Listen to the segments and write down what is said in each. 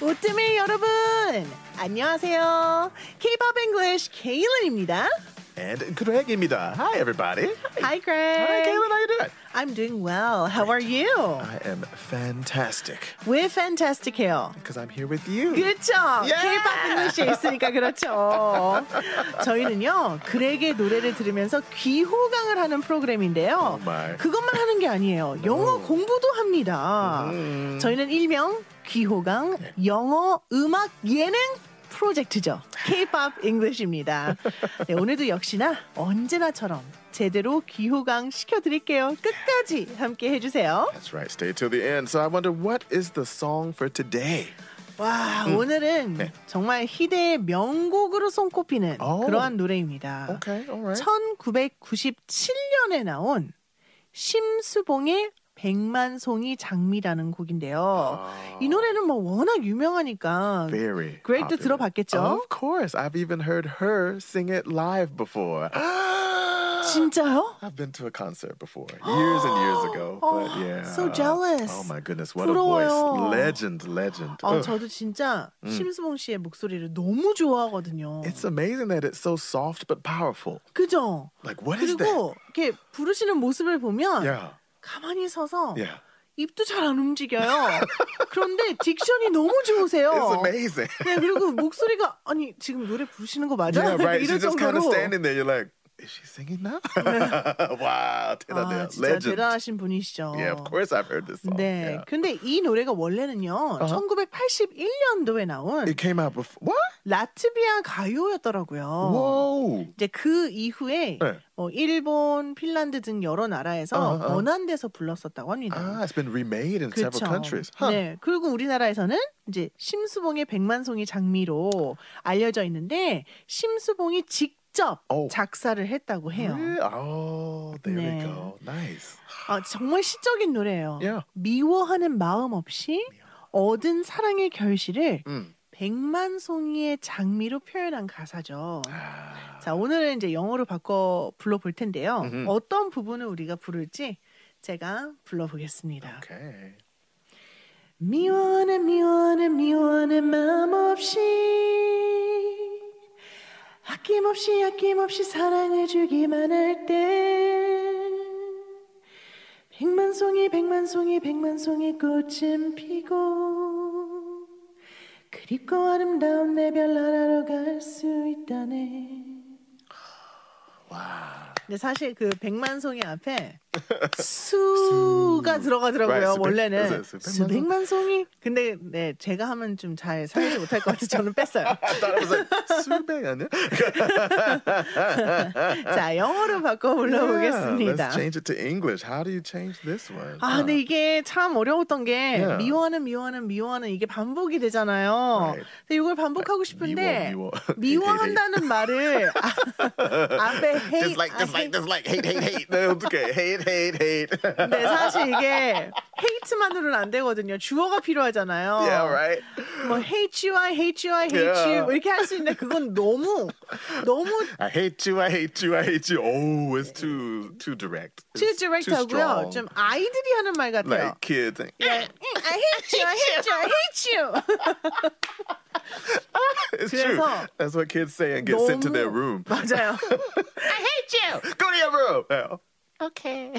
오뜨밀 여러분 안녕하세요. K-pop English 케일런입니다. And Greg입니다. Hi, everybody. Hi, Greg. Hi, Kaylin. How you doing? I'm doing well. How are you? I am fantastic We're fantastic here. because I'm here with you. 그렇죠. Yeah. K-pop English에 있으니까 그렇죠. 저희는요 그렉의 노래를 들으면서 귀호강을 하는 프로그램인데요. 정말. 음. 그것만 하는 게 아니에요. 영어 공부도 합니다. 저희는 일명 귀호강 네. 영어 음악 예능 프로젝트죠. K-pop English입니다. 네, 오늘도 역시나 언제나처럼 제대로 귀호강 시켜드릴게요. 끝까지 함께 해주세요. That's right. Stay till the end. So I wonder what is the song for today? 와 음. 오늘은 네. 정말 희대의 명곡으로 손꼽히는 오. 그러한 노래입니다. Okay, all right. 1997년에 나온 심수봉의 백만송이 장미라는 곡인데요. 아. 이 노래는 뭐 워낙 유명하니까 Very. 그렉도 popular. 들어봤겠죠? Of course. I've even heard her sing it live before. 진짜요? I've been to a concert before, years and years ago. But Oh, yeah. so jealous. Oh my goodness, what a 부러워요. voice. Legend, legend. 아, Ugh. 저도 진짜 심수봉 씨의 목소리를 너무 좋아하거든요. 음. It's amazing that it's so soft but powerful. 그죠? Like what is that? 그리고 이렇게 부르시는 모습을 보면 Yeah. 가만히 서서 Yeah. 입도 잘 안 움직여요. 그런데 딕션이 너무 좋으세요. It's amazing. 네, 그리고 목소리가 아니 지금 노래 부르시는 거 맞아요? Yeah, right. 이럴 She's just kind of 정도로 standing there. You're like, is she singing now? wow, 아, 대단해요. 진짜 legend. 대단하신 분이시죠. Yeah, of course I've heard this song. 네, Yeah. Uh-huh. 근데 이 노래가 원래는요 1981년도에 나온 It came out before. What? 라트비아 가요였더라고요. Oh. Whoa. 이제 그 이후에 네. 뭐 일본, 핀란드 등 여러 나라에서 어허, 어허. 번안돼서 불렀었다고 합니다. Ah, it's been remade in 그렇죠. several countries. Huh. 네, 그리고 우리나라에서는 이제 심수봉의 백만송이 장미로 알려져 있는데 심수봉이 직접 오. 음. 작사를 했다고 해요. Really? Oh, there 네. we go. Nice. 아, 정말 시적인 노래예요. Yeah. 미워하는 마음 없이 얻은 사랑의 결실을 음. 백만송이의 장미로 표현한 가사죠. Ah. 자, 오늘은 이제 영어로 바꿔 불러볼 텐데요. 음흠. 어떤 부분을 우리가 부를지 제가 불러보겠습니다. Ah, Okay. 미워하네 미워하네 미워하네 마음 없이 아낌없이 아낌없이 사랑해주기만 할 때 백만송이 백만송이 백만송이 꽃은 피고 그립고 아름다운 내 별 나라로 갈 수 있다네 Wow. 근데 사실 그 백만송이 앞에 수가 들어가더라고요. Right, 수백- 원래는 수백- 수백만송. 수백만송이. 근데 네 제가 하면 좀 잘 살지 못할 것 같아서 저는 뺐어요. I thought it was like "수백 아니야?" 자 영어로 바꿔 Yeah, 불러보겠습니다. let's change it to English. How do you change this one? 아, 근데 이게 참 어려웠던 게 Yeah. 미워하는 미워하는 미워하는 이게 반복이 되잖아요. Right. 아, 근데 이걸 반복하고 싶은데 미워, 미워. 한다는 말을 아, 앞에 hate, Just like, just I hate- like, just like, hate, hate, hate. No, it's okay. Hate, hate, hate. 네, 사실 이게 hate만으로는 안 되거든요. 주어가 필요하잖아요. yeah, right. 뭐 hate you, I hate you, I hate you Yeah. 뭐 이렇게 할 수 있는데 그건 너무 너무 I hate you. I hate you. I hate you. Oh, it's too, too direct. too It's direct하고요. strong. 좀 아이들이 하는 말 같아요. like kids. Like, 네, 응, I hate you, I hate you, I hate you. It's true. 그래서 That's what kids say and get sent to their 너무- room. 맞아요. I hate you. Go to your room. Yeah. Okay.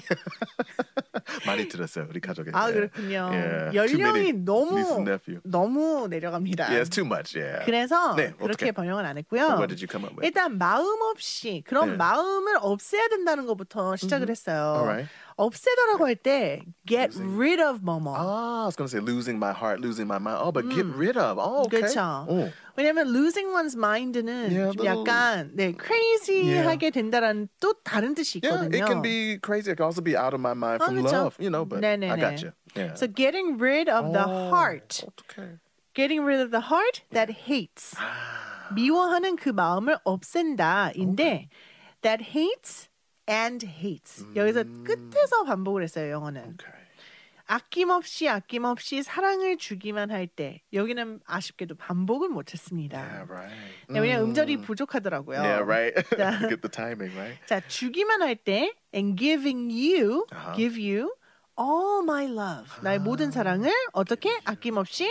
많이 들었어요 우리 가족에. 아 그렇군요. Yeah. Too many 연령이 niece and 너무 nephew. 너무 내려갑니다. Yeah, it's too much. Yeah. 그래서 네, 그렇게 어떡해. 번역은 안 했고요. So what did you come up with? 일단 마음 없이 그런 네. 마음을 없애야 된다는 것부터 시작을 했어요. Alright. 없애다라고 할 때 get rid of 뭐뭐. Ah, I was gonna say losing my heart, losing my mind. Oh, but get rid of. Oh, okay. 그렇죠. Oh, 왜냐면 losing one's mind는 Yeah, 좀 little- 약간 네 crazy하게 된다라는 또 다른 뜻이 yeah, 있거든요. it can be crazy. It can also be out of my mind 아, from 그렇죠. love, you know. But 네, 네, I got 네. you. Yeah. So getting rid of the Oh, heart, Okay. getting rid of the heart that hates. Ah, 미워하는 그 마음을 없앤다인데 that hates and hates. 여기서 음. 끝에서 반복을 했어요 영어는. Okay. 아낌없이 아낌없이 사랑을 주기만 할 때 여기는 아쉽게도 반복을 못했습니다. Yeah. Right. Mm. 네, 왜냐면 음절이 부족하더라고요. Yeah. Right. Yeah. get the timing right. 자, 주기만 할 때 and giving you, 아하. Ah. give you all my love. 나의 모든 사랑을 어떻게 아낌없이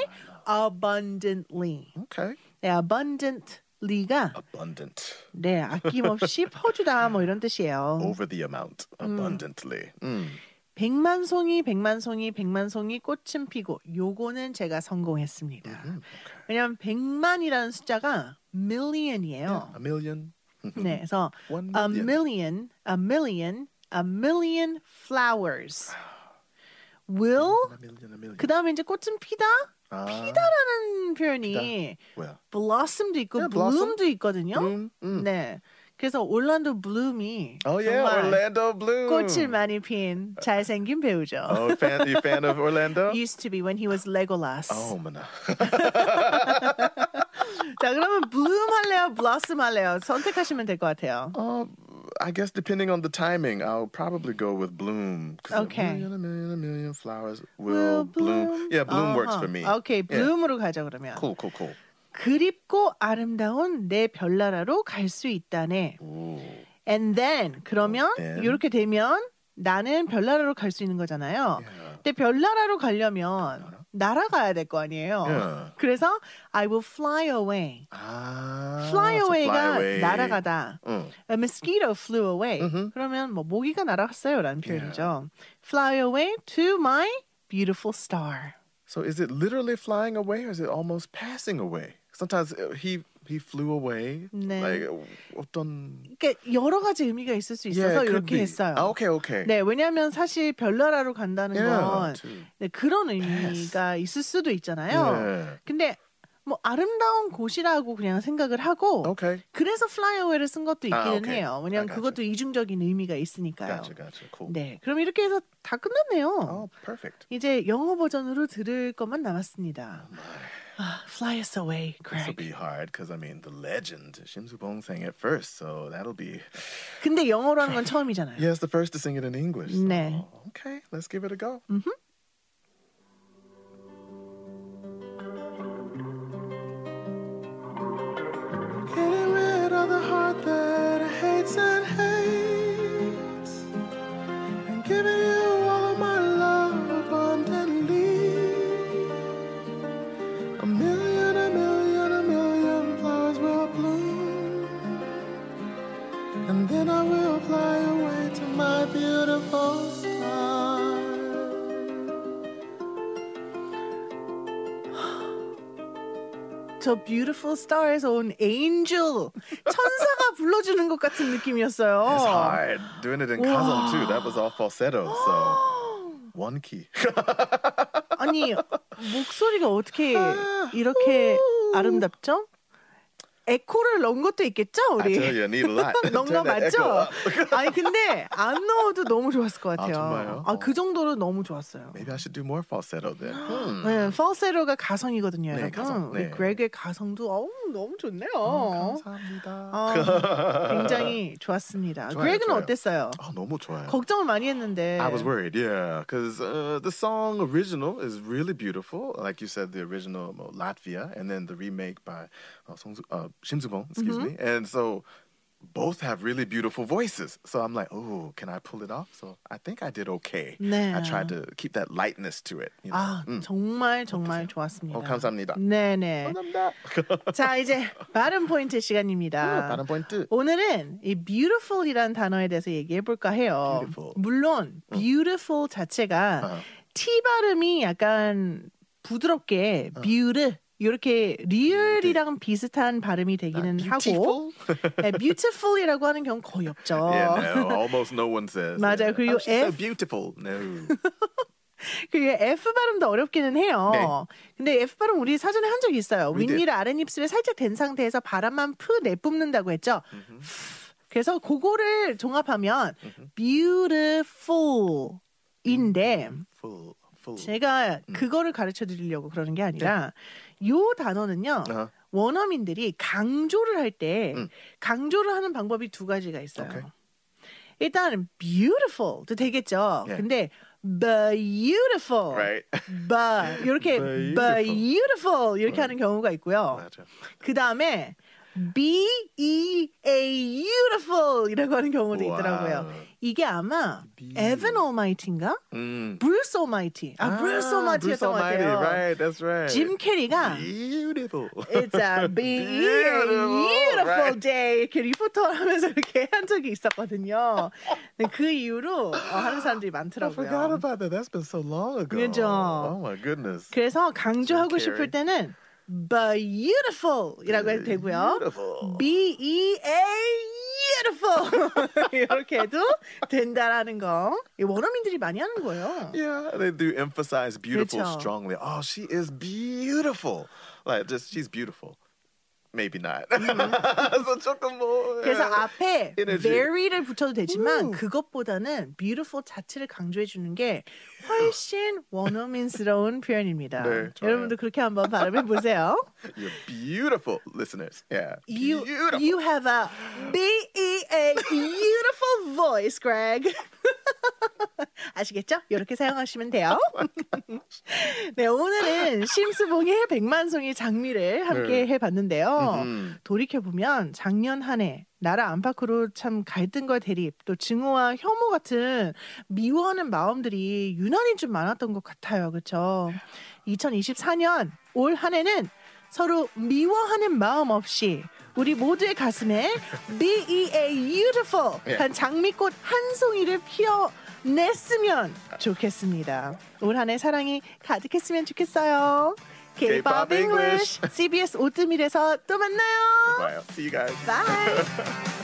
abundantly. Okay. 네, abundantly가 Abundant. 네, 아낌없이 퍼주다 뭐 이런 뜻이에요. Over the amount. mm. Abundantly. Mm. 음. 백만송이 백만송이 백만송이 꽃은 피고 요거는 제가 성공했습니다. 음. Mm-hmm. 왜냐면 백만이라는 숫자가 million이에요. A million. Mm-hmm. 네, 그래서 One a million. million, a million, a million flowers will A million. A million. Ah, 그 다음에 이제 꽃은 피다 아, 피다라는 표현이 뭐야? blossom도 있고 Yeah, 네, blossom. bloom도 있거든요. Bloom. 음. 네, 그래서 올란도 블룸이 Mm, Oh yeah, 정말 Orlando Bloom. 꽃을 많이 핀 잘생긴 배우죠. Oh, fan, you fan of Orlando? used to be when he was Legolas. Oh, man. 자 그러면 bloom 할래요, blossom 할래요? 선택하시면 될 것 같아요. Uh, I guess depending on the timing, I'll probably go with bloom. 'cause Okay. A million, a million, a million flowers will, Will Uh-huh. bloom. Yeah, bloom works 어허. for me. 오케이, bloom으로 가죠 그러면. Cool, cool, cool. 그립고 아름다운 내 별나라로 갈 수 있다네. Ooh. And then 그러면 Then. 이렇게 되면 나는 별나라로 갈 수 있는 거잖아요. 근데 별나라로 가려면 날아가야 될 거 아니에요. Uh-huh. Yeah. 그래서 I will fly away. Ah, fly so away가 away. 날아가다. Mm. A mosquito flew away. Mhm. 그러면 뭐 모기가 날아갔어요라는 Yeah. 표현이죠. Fly away to my beautiful star. So is it literally flying away or is it almost passing away? Sometimes uh, he he flew away. 네. Like, uh, 어떤... 그러니까 여러 가지 의미가 있을 수 Yeah, 있어서 it could 이렇게 be. 했어요. Ah, okay, okay. 네, 왜냐하면 사실 별나라로 간다는 건 Yeah. 네, 그런 의미가 있을 수도 있잖아요. Yeah. 근데 뭐 아름다운 곳이라고 그냥 생각을 하고 Okay. 그래서 플라이어웨이를 쓴 것도 있기는 아, 오케이. 해요. 왜냐하면 아, gotcha. 그것도 이중적인 의미가 있으니까요. Gotcha, gotcha. Cool. 네, 그럼 이렇게 해서 다 끝났네요. Oh, perfect. 이제 영어 버전으로 들을 것만 남았습니다. 아, Fly us away, This Craig. will be hard because I mean the legend Shim Soo Bong sang it first, so that'll be 근데 영어로 하는 건 처음이잖아요. yes, the first to sing it in English. so- 네. Okay, let's give it a go. Getting rid of the heart that hates and hates, and giving you all of my love abundantly. A million, a million, a million flowers will bloom. And then I will fly away to my beautiful star. 저 Beautiful Star에서 온 Angel 천사가 불러주는 것 같은 느낌이었어요. It's hard. Doing it in Kazan too. That was all falsetto. So one key. 아니 목소리가 어떻게 아, 이렇게 아름답죠? 에코를 넣은 것도 있겠죠, I tell 우리? you, I need a lot. 넣은 거 Turn that echo 맞죠? up. 아니 근데 안 넣어도 너무 좋았을 것 같아요. 정말요? 어. 아, 그 정도로 너무 좋았어요. Maybe I should do more falsetto then. Hmm. 네, falsetto가 가성이거든요, 네, 여러분. 가성, 우리 네. 어, 그렉의 가성도 어우, 너무 좋네요. 감사합니다. 아, 굉장히 좋았습니다. 좋아요, 그렉은 좋아요. 어땠어요? 아, 너무 좋아요. 걱정을 많이 했는데. I was worried, yeah, because uh, the song original is really beautiful. Like you said, the original well, Latvia, and then the remake by uh, Song Su- uh, Shim Soo-bong, excuse me. And so both have really beautiful voices. So I'm like, oh, can I pull it off? So I think I did okay. I 네. tried to keep that lightness to it. You know? Mm. 아, 정말 정말 좋았습니다. 음. 어, 감사합니다. 네네. 감사합니다. 자, 이제 발음 포인트 시간입니다. 다른 포인트. 오늘은 이 beautiful이라는 단어에 대해서 얘기해 볼까 해요. Beautiful. 물론 beautiful 자체가 어. T 발음이 약간 부드럽게 어. beauty 이렇게 리을이랑 비슷한 발음이 되기는 하고 아, Beautiful? 예, 네. 네, beautiful이라고 하는 경우 거의 없죠. yeah, no, almost no one says. 맞아요. Yeah. 그리고 Oh, she's so F. beautiful. No. 그게 F 발음도 어렵기는 해요. 네. 근데 F 발음 우리 사전에 한 적이 있어요. We did. 윗니를 아랫입술에 살짝 댄 상태에서 바람만 푸 내뿜는다고 했죠. 그래서 그거를 종합하면 beautiful인데 음, Full. Full. 제가 음. 그거를 가르쳐 드리려고 그러는 게 아니라 요 단어는요. 네. 아하. 원어민들이 강조를 할 때 음. 강조를 하는 방법이 두 가지가 있어요. 오케이. 일단 beautiful도 되겠죠. 예. 근데 beautiful Right. 바 이렇게 Beautiful. Oh. beautiful 이렇게 하는 경우가 있고요. 맞아. 그 다음에 B E A beautiful이라고 하는 경우도 와. 있더라고요. 이게 아마 B. E 에븐 오마이티인가? 음. 브루스 오마이티. 아, 브루스 오마이티였던 것 Almighty, 같아요. Right, that's right. 짐 캐리가 Beautiful. It's a Beautiful, beautiful right. day. 이렇게 리포터를 하면서 이렇게 한 적이 있었거든요. 근데 그 이후로 어, 하는 사람들이 I forgot 많더라고요. about that. That's been so long ago. 그죠. Oh my goodness. 그래서 강조하고 Jim 싶을 Carrey. 때는 beautiful이라고 해도 되고요. Beautiful. B E A beautiful 이렇게 해도 된다라는 거. 이 원어민들이 많이 하는 거예요. Yeah, they do emphasize beautiful 그쵸. strongly. Oh, she is beautiful. Like just she's beautiful. Maybe not. so 조금 뭐. Mm-hmm. 그래서 앞에 Energy. very를 붙여도 되지만 음. 그것보다는 beautiful 자체를 강조해 주는 게 훨씬 원어민스러운 표현입니다. 네, 좋아요. 여러분도 그렇게 한번 발음해 보세요. You're beautiful, listeners. Yeah. You beautiful. you have a B E A beautiful voice, Greg. 아시겠죠? 이렇게 사용하시면 돼요. 네, 오늘은 심수봉의 백만송이 장미를 함께 해봤는데요. 음. 돌이켜 보면 작년 한 해 나라 안팎으로 참 갈등과 대립, 또 증오와 혐오 같은 미워하는 마음들이 유난히 좀 많았던 것 같아요. 그렇죠? 2024년 올 한 해는 서로 미워하는 마음 없이 우리 모두의 가슴에 B E A beautiful 한 장미꽃 한 송이를 피워 냈으면 좋겠습니다. 올 한 해 사랑이 가득했으면 좋겠어요. K-pop K-pop English CBS 오뜨밀에서 또 만나요. Wow. See you guys. Bye.